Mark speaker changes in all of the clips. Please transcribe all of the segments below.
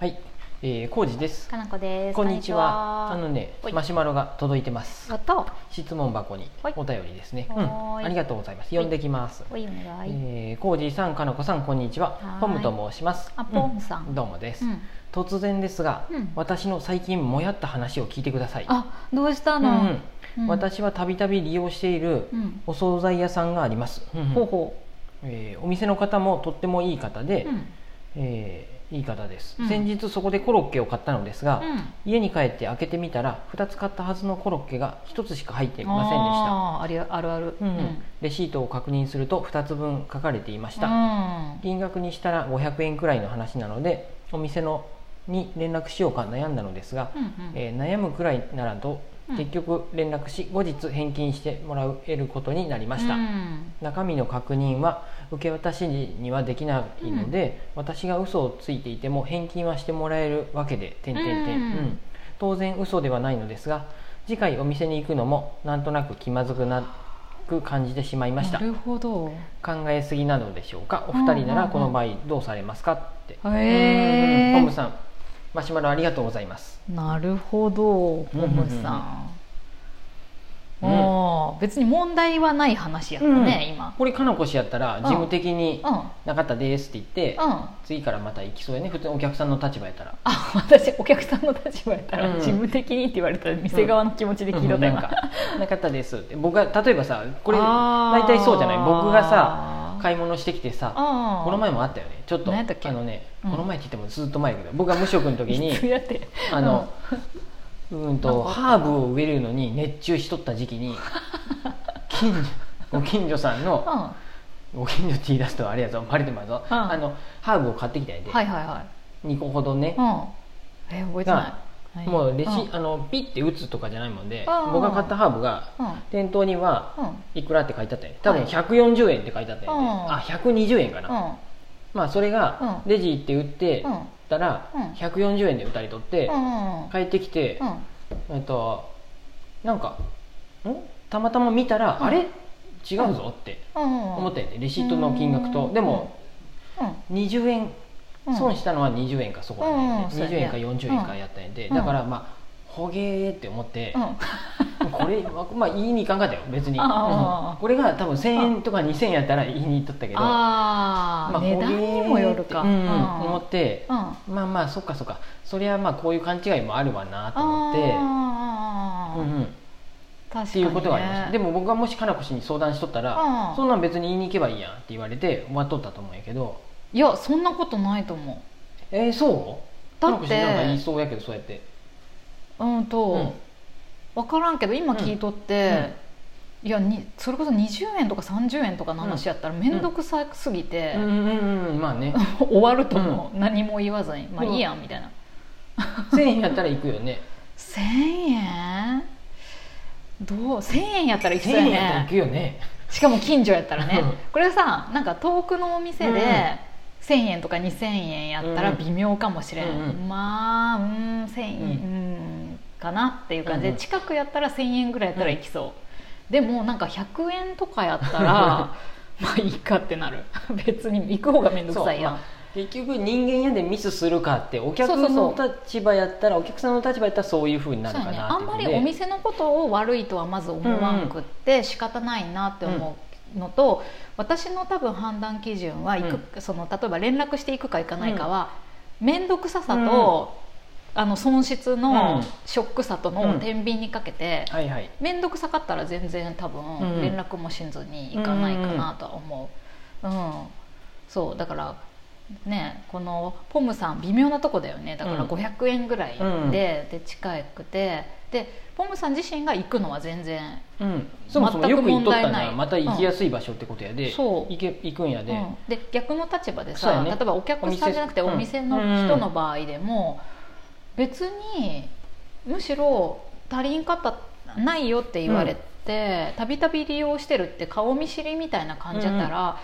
Speaker 1: はい、えー、康二です。
Speaker 2: かなこです。
Speaker 1: こんにちは。あ
Speaker 2: こん
Speaker 1: の
Speaker 2: に
Speaker 1: ね
Speaker 2: は、い
Speaker 1: マシュマロが届いてます
Speaker 2: ち。は。音。
Speaker 1: 質問箱に
Speaker 2: はい
Speaker 1: お便りですね。う
Speaker 2: はー
Speaker 1: ん、
Speaker 2: い
Speaker 1: ありがとうございます。読んできます。
Speaker 2: おいお願い。
Speaker 1: えー、康二さん、かのこさん、こんにちは
Speaker 2: はー。い
Speaker 1: ポムと申します。
Speaker 2: あ、ポンさん。
Speaker 1: うどうもです。
Speaker 2: うん
Speaker 1: 突然ですが、
Speaker 2: うん
Speaker 1: 私の最近もやった話を聞いてください。
Speaker 2: あ、どうした
Speaker 1: うんうん
Speaker 2: の。うん
Speaker 1: 私はたびたび利用している
Speaker 2: うん。
Speaker 1: お惣菜屋さんがあります。うんうん
Speaker 2: ほうほ
Speaker 1: えーお店の方もとってもいい方
Speaker 2: う。
Speaker 1: で
Speaker 2: う、ん。
Speaker 1: えーいい方です、
Speaker 2: うん
Speaker 1: 先日そこでコロッケを買ったのですが、
Speaker 2: うん。
Speaker 1: 家に帰って開けてみたら2つ買ったはずのコロッケが1つしか入っていませんでした
Speaker 2: あーありあるある。
Speaker 1: うんうんレシートを確認すると2つ分書かれていました、
Speaker 2: うん
Speaker 1: 金額にしたら500円くらいの話なのでお店のに連絡しようか悩んだのですが、
Speaker 2: うんうん
Speaker 1: えー悩むくらいならと
Speaker 2: うん
Speaker 1: 結局連絡し後日返金してもらえることになりました、
Speaker 2: うん
Speaker 1: 中身の確認は受け渡しにはできないので、私が嘘をついていても返金はしてもらえるわけで、点々点
Speaker 2: うん
Speaker 1: うん当然嘘ではないのですが次回お店に行くのもなんとなく気まずくなく感じてしまいました
Speaker 2: なるほど。
Speaker 1: 考えすぎなのでしょうかお二人ならこの場合どうされますかってう
Speaker 2: へー
Speaker 1: んうんポムさんマシュマロありがとうございます
Speaker 2: なるほど。ポムさん。
Speaker 1: うんうんうん
Speaker 2: おー別に問題はない話やったね、
Speaker 1: うん
Speaker 2: 今。
Speaker 1: これかなこしやったら事務的に
Speaker 2: うん。うん。
Speaker 1: なかったですって言って、
Speaker 2: あ、
Speaker 1: 次からまた行きそうやね普通のお客さんの立場やったら
Speaker 2: 私お客さんの立場やったら
Speaker 1: うん
Speaker 2: 事務的にって言われたら店側の気持ちで聞いとった
Speaker 1: うんなん
Speaker 2: 今。
Speaker 1: かなかったですって僕が例えばさこれ
Speaker 2: あー
Speaker 1: 大体そうじゃない僕がさ
Speaker 2: あ
Speaker 1: 買い物してきてさ
Speaker 2: ー
Speaker 1: この前もあったよねちょっと
Speaker 2: 何やったっけ
Speaker 1: あのね、
Speaker 2: うん
Speaker 1: この前って言ってもずっと前やけど僕が無職の時
Speaker 2: いつ
Speaker 1: に
Speaker 2: やって
Speaker 1: あの、うーん
Speaker 2: なん
Speaker 1: と
Speaker 2: か
Speaker 1: ハーブを植えるのに熱中しとった時期に近 所ご近所さん
Speaker 2: うん、
Speaker 1: の
Speaker 2: は
Speaker 1: ご近所って言い出すとあれやぞバレてまうぞ、
Speaker 2: うん
Speaker 1: あのハーブを買ってきたんや
Speaker 2: い
Speaker 1: で、
Speaker 2: はいは
Speaker 1: 2個ほどね
Speaker 2: い、うん、え覚えてない、はい
Speaker 1: もうレシ、
Speaker 2: うん
Speaker 1: あのピッて打つとかじゃないもんで
Speaker 2: うん
Speaker 1: 僕が買ったハーブが
Speaker 2: うん
Speaker 1: 店頭には
Speaker 2: うん
Speaker 1: いくらって書いてあったよね多分
Speaker 2: はい
Speaker 1: 140円って書いてあったよね、
Speaker 2: うん
Speaker 1: あ120円かな、まあそれが
Speaker 2: うん
Speaker 1: レジ行って売って
Speaker 2: うん
Speaker 1: たら
Speaker 2: うん
Speaker 1: 140円で売ったり取って
Speaker 2: うん
Speaker 1: 帰ってきて
Speaker 2: うん
Speaker 1: えっとなんかんたまたま見たら
Speaker 2: うん
Speaker 1: あれ違うぞって
Speaker 2: うん
Speaker 1: 思ったよねレシートの金額
Speaker 2: う
Speaker 1: と
Speaker 2: ん
Speaker 1: でも
Speaker 2: う
Speaker 1: 20円
Speaker 2: ん
Speaker 1: 損したのは20円かそこだね
Speaker 2: うんそうや
Speaker 1: 20
Speaker 2: ね
Speaker 1: 円か40円かやったんやで
Speaker 2: うん
Speaker 1: だからまあほげーって思って
Speaker 2: うん
Speaker 1: これはまあ言いに行かんかったよ別に、
Speaker 2: ああ
Speaker 1: うんこれが多分1000円とか2000円やったら言いに行っとったけど
Speaker 2: あ
Speaker 1: ま
Speaker 2: あ
Speaker 1: あ
Speaker 2: 値段にもよるか
Speaker 1: うんうん
Speaker 2: うん
Speaker 1: 思って
Speaker 2: うんあ
Speaker 1: まあまあそっかそっかそりゃまあこういう勘違いもあるわなと思って、
Speaker 2: あー
Speaker 1: うんうん、っ
Speaker 2: 確か
Speaker 1: て
Speaker 2: に
Speaker 1: いう
Speaker 2: ね
Speaker 1: ことがありましたでも僕がもしかなこ氏に相談しとったら
Speaker 2: うん
Speaker 1: そんなん別に言いに行けばいいやんって言われて終わっとったと思うんやけど
Speaker 2: いやそんなことないと思
Speaker 1: えー、そう
Speaker 2: だ
Speaker 1: か
Speaker 2: って
Speaker 1: なこ氏なんか言いそうやけどそうやって
Speaker 2: ううんと、
Speaker 1: うん
Speaker 2: 分からんけど今聞いとって、いやにそれこそ20円とか30円とかの話やったら面倒くさすぎて、
Speaker 1: うんうんうんまあね
Speaker 2: 終わると思う、何も言わずにまあいいやんみたいな、
Speaker 1: 1000円やったら行くよね
Speaker 2: 1000円どう1000円やったら行き
Speaker 1: 1000
Speaker 2: そうや
Speaker 1: 円やったら行
Speaker 2: ね
Speaker 1: くよね
Speaker 2: しかも近所やったらね
Speaker 1: うん
Speaker 2: これさなんか遠くのお店
Speaker 1: うん
Speaker 2: で、1000円とか2000円やったら微妙かもしれん、
Speaker 1: うんうん
Speaker 2: まあうん1000円、うんかなっていう感じで、
Speaker 1: うんうん
Speaker 2: 近くやったら1000円ぐらいやったら行きそう、でもなんか100円とか やったらまあいいかってなる別に行く方が面倒くさいやん、
Speaker 1: そうまあ結局人間やでミスするかってお客
Speaker 2: そうそ
Speaker 1: の
Speaker 2: うそ
Speaker 1: 立場やったらお客さんの立場やったらそういうふうになる
Speaker 2: そう
Speaker 1: か
Speaker 2: やね、
Speaker 1: な
Speaker 2: あ
Speaker 1: っ
Speaker 2: ん
Speaker 1: て
Speaker 2: ま
Speaker 1: い
Speaker 2: り
Speaker 1: う
Speaker 2: お
Speaker 1: ね
Speaker 2: 店のことを悪いとはまず思わんくって仕方ないなって思うのと、私の多分判断基準は行く、その例えば連絡していくか行かないかは面倒、くささと、あの損失
Speaker 1: うん
Speaker 2: のショックさとの
Speaker 1: うん
Speaker 2: 天秤にかけて
Speaker 1: はいはい
Speaker 2: 面倒、くさかったら全然多
Speaker 1: うん
Speaker 2: 分連絡もしずに行かないかなとは思う。うん、そうだからねこのポムさん微妙なとこだよねだか
Speaker 1: う
Speaker 2: ら
Speaker 1: ん
Speaker 2: 500円ぐらいで,、
Speaker 1: うん
Speaker 2: で近くてでポムさん自身が行くのは全然
Speaker 1: うんそもそもよく行っとった
Speaker 2: 全く問題な
Speaker 1: ら
Speaker 2: い
Speaker 1: また行きやすい場所ってことやで、
Speaker 2: うんそう
Speaker 1: 行け行くんやで、
Speaker 2: うんで逆の立場で
Speaker 1: そうや
Speaker 2: さ、
Speaker 1: ね
Speaker 2: 例えばお
Speaker 1: お
Speaker 2: 客さ
Speaker 1: 店
Speaker 2: んじゃなくて
Speaker 1: うん
Speaker 2: お店の人の場合でも、別にむしろ足りんかったないよって言われてたびたび利用してるって顔見知りみたいな感じやったら、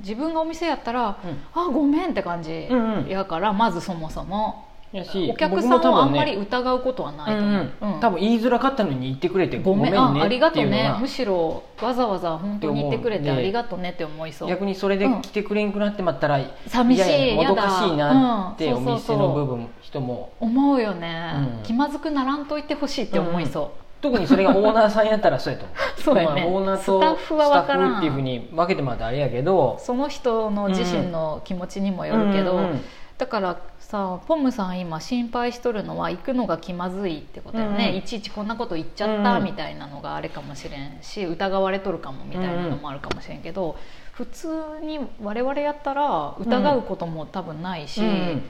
Speaker 2: 自分がお店やったら、
Speaker 1: うん
Speaker 2: あごめんって感じ
Speaker 1: うんうん
Speaker 2: やから、まずそもそも。
Speaker 1: やし
Speaker 2: お客さんをあんまり疑うことはないと思う、
Speaker 1: うんう
Speaker 2: うん
Speaker 1: ん、多分言いづらかったのに言ってくれてご
Speaker 2: ご
Speaker 1: め
Speaker 2: め
Speaker 1: ん
Speaker 2: ん
Speaker 1: ね
Speaker 2: あありが
Speaker 1: って
Speaker 2: と
Speaker 1: いううの
Speaker 2: ね
Speaker 1: が
Speaker 2: むしろわざわざ本当に言ってくれ
Speaker 1: って
Speaker 2: て
Speaker 1: 思うん
Speaker 2: あ
Speaker 1: で
Speaker 2: りがとうねって思いそう
Speaker 1: 逆にそれで来てくれんくなってまったら、
Speaker 2: 寂しい
Speaker 1: ややも
Speaker 2: や
Speaker 1: ど
Speaker 2: だ
Speaker 1: かしいなって
Speaker 2: うん
Speaker 1: お
Speaker 2: そうそう
Speaker 1: 店
Speaker 2: そう
Speaker 1: の部分人も
Speaker 2: 思うよね、
Speaker 1: うん
Speaker 2: 気まずくならんといてほしいって思いそ
Speaker 1: 特にそれがオーナーさんやったら そうやと思
Speaker 2: う、そうよね、
Speaker 1: まあオーナー
Speaker 2: スタッ
Speaker 1: と
Speaker 2: フは分
Speaker 1: スタ
Speaker 2: か
Speaker 1: ッフ
Speaker 2: ら
Speaker 1: っていうふうんに分けてもらってあれやけど
Speaker 2: その人の自身の気持ちにもよるけど、
Speaker 1: うんうん
Speaker 2: だからさポムさん今心配しとるのは行くのが気まずいってことよね、
Speaker 1: うん
Speaker 2: いちいちこんなこと言っちゃった
Speaker 1: うん
Speaker 2: みたいなのがあれかもしれんし疑われとるかもみたいなのもあるかもしれんけど普通に我々やったら疑うことも多分ないし、
Speaker 1: うんうん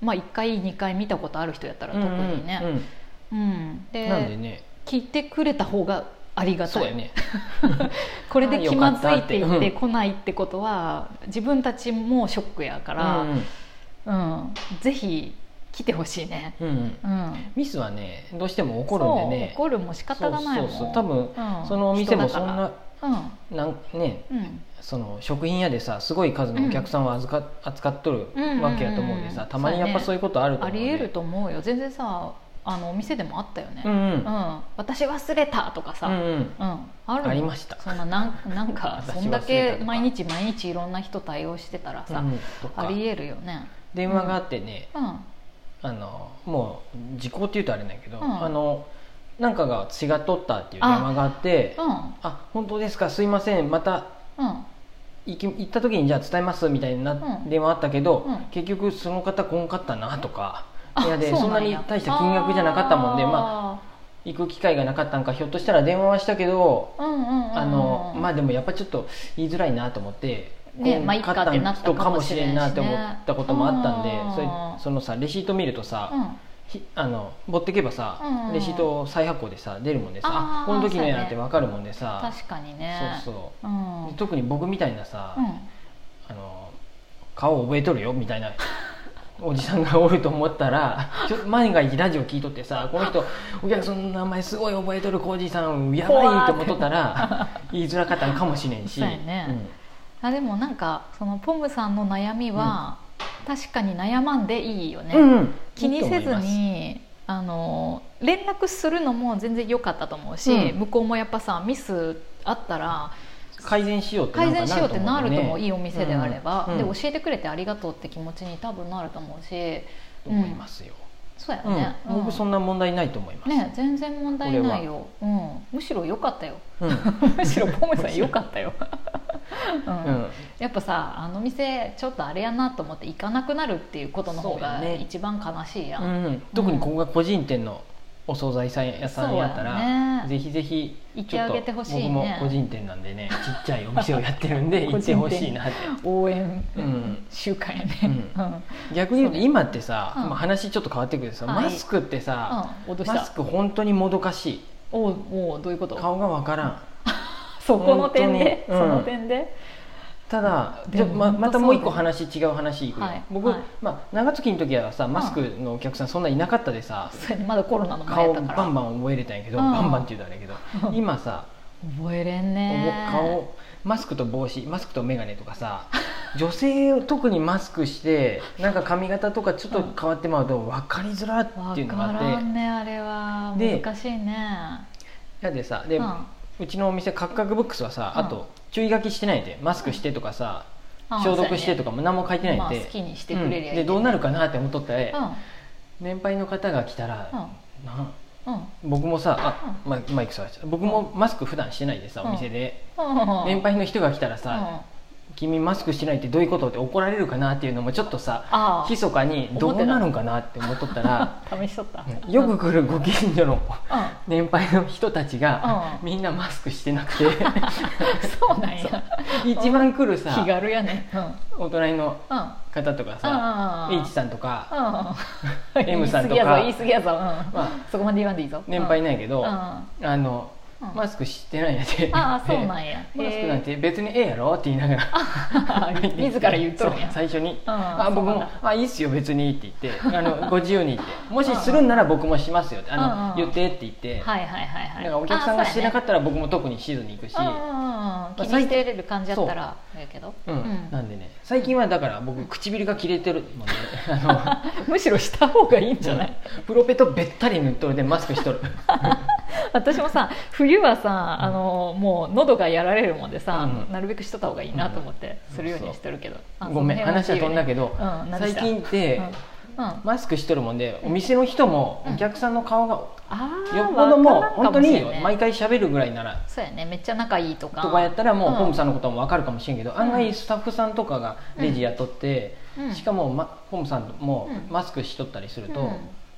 Speaker 2: まあ1回2回見たことある人やったら特に
Speaker 1: うんう
Speaker 2: ね。
Speaker 1: ん
Speaker 2: うん
Speaker 1: う
Speaker 2: で
Speaker 1: んなんでね
Speaker 2: 聞いてくれた方がありが
Speaker 1: そう
Speaker 2: た
Speaker 1: や
Speaker 2: い、
Speaker 1: ね
Speaker 2: これで気まずいって言っ
Speaker 1: よ
Speaker 2: て
Speaker 1: か
Speaker 2: こないってことは自分たちもショックやから、
Speaker 1: うん
Speaker 2: うん、ぜひ来てほしいね。
Speaker 1: うんうん
Speaker 2: うん、
Speaker 1: ミスはねどうしても起こるんでね
Speaker 2: そう怒るも仕方がないもん。
Speaker 1: そうそうそう多分、
Speaker 2: うん
Speaker 1: そのお店もそん。
Speaker 2: 人だ
Speaker 1: な
Speaker 2: から
Speaker 1: なんね
Speaker 2: うん、うん、
Speaker 1: その食品屋でさすごい数のお客さんを預か、扱っとるわけやと思うんでさ、
Speaker 2: うんうんうんうん
Speaker 1: たまにやっぱそういうことあると
Speaker 2: あ
Speaker 1: 思う
Speaker 2: り
Speaker 1: ん
Speaker 2: え
Speaker 1: で
Speaker 2: ると思うよ。全然さ、あのお店でもあったよね。
Speaker 1: うん
Speaker 2: ん、
Speaker 1: うん
Speaker 2: 私忘れたとかさ。
Speaker 1: う
Speaker 2: うんん
Speaker 1: うん
Speaker 2: あるもん
Speaker 1: ありました
Speaker 2: そんななんなんか
Speaker 1: 私
Speaker 2: そんだ
Speaker 1: 忘れた
Speaker 2: け
Speaker 1: とか
Speaker 2: 毎日毎日いろんな人対応してたらさ、
Speaker 1: うんとか
Speaker 2: ありえるよね
Speaker 1: 電話があってね、
Speaker 2: うん
Speaker 1: あのもう時効っていうとあれなんやけど、
Speaker 2: うん
Speaker 1: あのなんかが血が取ったっていう電話があって「あ
Speaker 2: うん
Speaker 1: 本当ですかすいませんまた
Speaker 2: うん
Speaker 1: 行き行った時にじゃあ伝えます」みたいな
Speaker 2: うん
Speaker 1: 電話あったけど、
Speaker 2: うん
Speaker 1: 結局その方来んかったなとか。
Speaker 2: あ
Speaker 1: いやで
Speaker 2: う
Speaker 1: そんなに
Speaker 2: や
Speaker 1: 大した金額じゃなかったもんでまあ
Speaker 2: あー
Speaker 1: 行く機会がなかったんかひょっとしたら電話はしたけどあ
Speaker 2: あ
Speaker 1: のまあ
Speaker 2: あ
Speaker 1: でもやっぱちょっと言いづらいなと思って、
Speaker 2: ね
Speaker 1: こう
Speaker 2: まあいっかってなった
Speaker 1: 人か
Speaker 2: か
Speaker 1: も
Speaker 2: も
Speaker 1: し
Speaker 2: し
Speaker 1: れ
Speaker 2: れ
Speaker 1: ん
Speaker 2: んしね
Speaker 1: なって思ったこともあったんで
Speaker 2: あー
Speaker 1: それそのさレシート見るとさ、
Speaker 2: うん
Speaker 1: ひあの持ってけばさ、
Speaker 2: うん
Speaker 1: レシート再発行でさ出るもんでさ
Speaker 2: あー
Speaker 1: あこの時のやなって
Speaker 2: そうやね
Speaker 1: 分かるもんでさ
Speaker 2: 確かにね
Speaker 1: そうそう
Speaker 2: う、んうん、
Speaker 1: 特に僕みたいなさ、あの顔覚えとるよみたい なおじさんがおると思ったらちょ万が一ラジオ聞いとってさこの人お客さんの名前すごい覚えとる浩二さんやばいと思っとったら言いづらかったのかもしれんし。
Speaker 2: そうやねあでもなんかそのポムさんの悩みは、確かに悩まんでいいよね、
Speaker 1: うんうん
Speaker 2: 気にせ
Speaker 1: いいと
Speaker 2: ず
Speaker 1: 思います
Speaker 2: にあの連絡するのも全然良かったと思うし、
Speaker 1: うん
Speaker 2: 向こうもやっぱさミスあったら
Speaker 1: 改善しようって
Speaker 2: 改
Speaker 1: なんか
Speaker 2: 善しようってなると思う、
Speaker 1: ね
Speaker 2: いいお店であれば、
Speaker 1: うんうん
Speaker 2: で教えてくれてありがとうって気持ちに多分なると思うし
Speaker 1: と思いますよ、
Speaker 2: そうや
Speaker 1: うん
Speaker 2: ね、う
Speaker 1: 僕そんな問題ないと思います、
Speaker 2: ね全然問題ないよ、うん、むしろ良 かったよ
Speaker 1: うん
Speaker 2: むしろポムさん良かったよ、うん
Speaker 1: うん
Speaker 2: やっぱさあの店ちょっとあれやなと思って行かなくなるっていうことの方
Speaker 1: そうや
Speaker 2: が
Speaker 1: ね
Speaker 2: 一番悲しいやん、
Speaker 1: うん、特にここが個人店のお惣菜さん屋さんやった
Speaker 2: そうや
Speaker 1: ら、
Speaker 2: ね
Speaker 1: ぜひぜひ
Speaker 2: 行ってあげてほしいね
Speaker 1: 僕も個人店なんでねちっちゃいお店をやってるんで行
Speaker 2: 個人店
Speaker 1: ってほしいなって
Speaker 2: 応援
Speaker 1: うん
Speaker 2: 週間やね、
Speaker 1: う
Speaker 2: うんん
Speaker 1: 逆に言うと今ってさ、
Speaker 2: うん
Speaker 1: まあ、話ちょっと変わってくるけどさ、
Speaker 2: はい
Speaker 1: マスクってさ、
Speaker 2: うん、脅し
Speaker 1: マ
Speaker 2: た
Speaker 1: スク本当にもどかしい
Speaker 2: おうおうどういうこと
Speaker 1: 顔がわからん
Speaker 2: そこの点で、
Speaker 1: 本当にうん
Speaker 2: その点で、
Speaker 1: ただ
Speaker 2: で
Speaker 1: じゃ
Speaker 2: も
Speaker 1: ま
Speaker 2: 本当
Speaker 1: またもう一個
Speaker 2: そうだ
Speaker 1: 話違う話いくよ、
Speaker 2: はい
Speaker 1: 僕、
Speaker 2: はい
Speaker 1: まあ、長月の時はさマスクのお客さんそんないなかったでさ、
Speaker 2: それでまだコロナの前
Speaker 1: 顔
Speaker 2: だから
Speaker 1: バンバン覚えれたんやけど、
Speaker 2: うん
Speaker 1: バンバンって言うとあれやけど今さ
Speaker 2: 覚えれん
Speaker 1: おぼ
Speaker 2: ね
Speaker 1: 顔マスクと帽子マスクと眼鏡とかさ女性特にマスクしてなんか髪型とかちょっと変わってまうと分かりづらっていうの
Speaker 2: 分か
Speaker 1: があ
Speaker 2: ら
Speaker 1: って
Speaker 2: んねあれは
Speaker 1: で
Speaker 2: 難しいね
Speaker 1: やでさで、
Speaker 2: う
Speaker 1: うんちのお店カクカクブックスはさ、
Speaker 2: う
Speaker 1: あ
Speaker 2: ん
Speaker 1: と注意書きしてないでマスクしてとかさ、
Speaker 2: あ
Speaker 1: 消毒してとかも何も書いて
Speaker 2: そう
Speaker 1: ないんで,、
Speaker 2: やねまあ、好きにしてくれりゃいい、ね
Speaker 1: うんでどうなるかなって思っとったら、
Speaker 2: う
Speaker 1: 年配の方が来たら、なん
Speaker 2: うん
Speaker 1: 僕もさあ、まマイクさ僕もマスク普段してないでさ、お店で、
Speaker 2: うん
Speaker 1: 年配の人が来たらさ、
Speaker 2: うん
Speaker 1: 君マスクしてないってどういうことって怒られるかなっていうのもちょっとさ
Speaker 2: あ
Speaker 1: 密かにどうなるんかなって思っとったら
Speaker 2: あ試しとった、
Speaker 1: うんよく来るご近所の
Speaker 2: うん
Speaker 1: 年配の人たちが
Speaker 2: うん
Speaker 1: みんなマスクしてなくて
Speaker 2: そうなんや
Speaker 1: 一番来る
Speaker 2: 気
Speaker 1: さ
Speaker 2: 軽やねうんうん
Speaker 1: お隣の方とかさ
Speaker 2: うんうんうん
Speaker 1: H さんとか
Speaker 2: うん
Speaker 1: M さんと
Speaker 2: 言い過ぎや
Speaker 1: か
Speaker 2: ぞ言い過ぎやぞ、うん
Speaker 1: まあ
Speaker 2: そこまで言わんでいいぞ
Speaker 1: 年配
Speaker 2: ね
Speaker 1: なんやけど
Speaker 2: うん
Speaker 1: あの
Speaker 2: うん
Speaker 1: マスクしてないんやで
Speaker 2: ああそうなんや
Speaker 1: マスクなん
Speaker 2: へ
Speaker 1: て別にええやろって言いながら
Speaker 2: え 自ら言っとるん
Speaker 1: そ
Speaker 2: や
Speaker 1: う最初に「
Speaker 2: あ
Speaker 1: あ僕もあいいっすよ別に」って 言って「あのご自由に」って「もしするんなら僕もしますよ」って「あの
Speaker 2: うんう
Speaker 1: 言
Speaker 2: ん
Speaker 1: って」って言って、
Speaker 2: はいはいはいはい
Speaker 1: なんかお客さんがしてなか
Speaker 2: っ
Speaker 1: ったら僕も特にシーズンに行くし、
Speaker 2: たし気にしてれる感じやったらやけど
Speaker 1: うん
Speaker 2: う
Speaker 1: なんんでね最近はだから僕唇が切れてるもんねあ
Speaker 2: むしろした方がいいん
Speaker 1: の
Speaker 2: じゃない
Speaker 1: プロペとべったり塗っとるでマスクしとる
Speaker 2: 私もさ冬はさあのもう喉がやられるもんでさ
Speaker 1: うん
Speaker 2: なるべくしとった方がいいなと思って
Speaker 1: うん
Speaker 2: するようにしてるけどあ
Speaker 1: ごめん
Speaker 2: その辺
Speaker 1: 話は飛んだ
Speaker 2: いい
Speaker 1: けど、
Speaker 2: うん何で
Speaker 1: 最
Speaker 2: した
Speaker 1: 近って、
Speaker 2: よねうんうん
Speaker 1: マスクしとるもんでお店の人もお客さんの顔が
Speaker 2: あー
Speaker 1: よっぽどもう
Speaker 2: わからんか
Speaker 1: 本当
Speaker 2: し
Speaker 1: に
Speaker 2: れんね
Speaker 1: 毎回喋るぐらいなら
Speaker 2: そうやねめっちゃ仲いいとか
Speaker 1: とかやったらもう
Speaker 2: うん
Speaker 1: ホームさんのことも分かるかもしれんけど、
Speaker 2: ん
Speaker 1: 案外スタッフさんとかがレジ雇って、
Speaker 2: うん
Speaker 1: しかも、ま、ホームさんも
Speaker 2: うん
Speaker 1: マスクしとったりすると、
Speaker 2: うん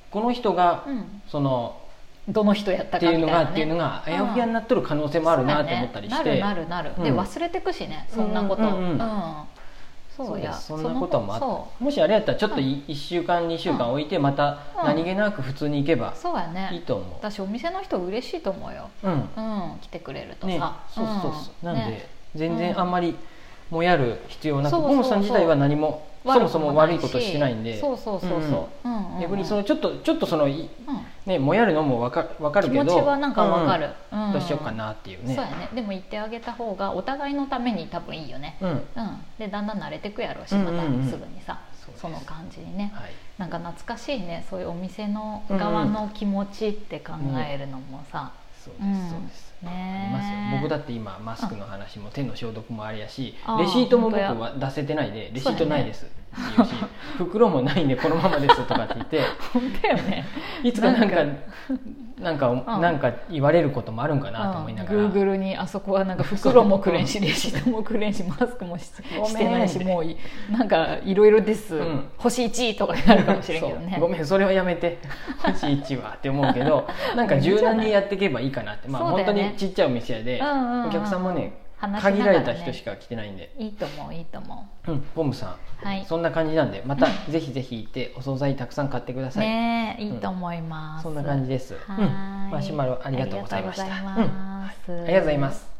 Speaker 1: この人が、
Speaker 2: うん
Speaker 1: その
Speaker 2: どの人やっ
Speaker 1: ったて
Speaker 2: か
Speaker 1: いう
Speaker 2: み
Speaker 1: の
Speaker 2: た
Speaker 1: が
Speaker 2: いな
Speaker 1: っていうの
Speaker 2: ね
Speaker 1: があ
Speaker 2: うん
Speaker 1: やふやになっとる可能性もあるなって思ったりし
Speaker 2: そう
Speaker 1: て
Speaker 2: やねなるなるなる、
Speaker 1: う
Speaker 2: で
Speaker 1: ん
Speaker 2: 忘れてくしねそんなこと、う
Speaker 1: うん
Speaker 2: ん
Speaker 1: うんうん
Speaker 2: そうや
Speaker 1: そんなことも
Speaker 2: その
Speaker 1: あったもしあれやったらちょっと1週間2週間置いてまた
Speaker 2: うん
Speaker 1: 何気なく普通に行けば
Speaker 2: そうそうや
Speaker 1: いい
Speaker 2: ね
Speaker 1: と思
Speaker 2: 私お店の人嬉しいと思うよ
Speaker 1: ううん
Speaker 2: うん来てくれるとさ、
Speaker 1: ねそうそうそうなん
Speaker 2: ね
Speaker 1: で全然あんまりもやる必要なく
Speaker 2: そうそう
Speaker 1: ゴムさん自体は何もそもそも悪いことしてないんで
Speaker 2: そうそうそうそう、うんうんうん
Speaker 1: 逆にそのちょっとちょっとそのい
Speaker 2: うん
Speaker 1: ねもやるのもわかわかる
Speaker 2: 気
Speaker 1: けど
Speaker 2: 持ちはなんかわかる、うん
Speaker 1: うんどうしようかなっていうね
Speaker 2: そうやねでも言ってあげた方がお互いのために多分いいよね
Speaker 1: うんはい
Speaker 2: うん、でだんだん慣れてくやろうし
Speaker 1: うん
Speaker 2: ま
Speaker 1: うんうん
Speaker 2: たすぐにさ、
Speaker 1: そうです
Speaker 2: その感じにねなんか懐かしいねそういうお店の
Speaker 1: うんうん
Speaker 2: 側の気持ちって考えるのもさ、
Speaker 1: そう
Speaker 2: う
Speaker 1: です
Speaker 2: ん
Speaker 1: そうですあり
Speaker 2: ね
Speaker 1: ますよ僕だ
Speaker 2: っ
Speaker 1: って今マスクの話も手の消毒もあれやし
Speaker 2: あー
Speaker 1: レシートも僕は出せてないでレシートないですって言うし袋もないんでこのままですとかって言 って
Speaker 2: 本当よね
Speaker 1: いつかなんか
Speaker 2: な
Speaker 1: なんか
Speaker 2: うん
Speaker 1: なんか言われることもあるんかなと思いながら、
Speaker 2: グーグルにあそこはなんか袋もくれんしレシートもくれんしマスクもし
Speaker 1: ごめん
Speaker 2: してないしもういなんかいろいろです、
Speaker 1: うん
Speaker 2: 星1位とかになるかもしれんけど
Speaker 1: そ
Speaker 2: ね
Speaker 1: うごめんそれはやめて星1はって思うけ どなんか柔軟にやっていけばいいかなってまあ
Speaker 2: そ
Speaker 1: 本
Speaker 2: う
Speaker 1: 当
Speaker 2: だよね
Speaker 1: にちっちゃいお店やで、
Speaker 2: うんうんうんうん
Speaker 1: お客さんもね
Speaker 2: 話しな
Speaker 1: 限
Speaker 2: が
Speaker 1: ら
Speaker 2: ら
Speaker 1: れた
Speaker 2: ね
Speaker 1: 人しか来てないんで、
Speaker 2: いいと思ういいと思
Speaker 1: うん、ポムさん、
Speaker 2: はい
Speaker 1: そんな感じなんでまたぜひぜひ行ってお惣菜たくさん買ってくだ
Speaker 2: う
Speaker 1: さい、
Speaker 2: ねえいいと思います、
Speaker 1: そんな感じです、うん
Speaker 2: はーい
Speaker 1: マシュマロありがとうございました
Speaker 2: ありがとうござい
Speaker 1: うん
Speaker 2: ます
Speaker 1: ありがとうございます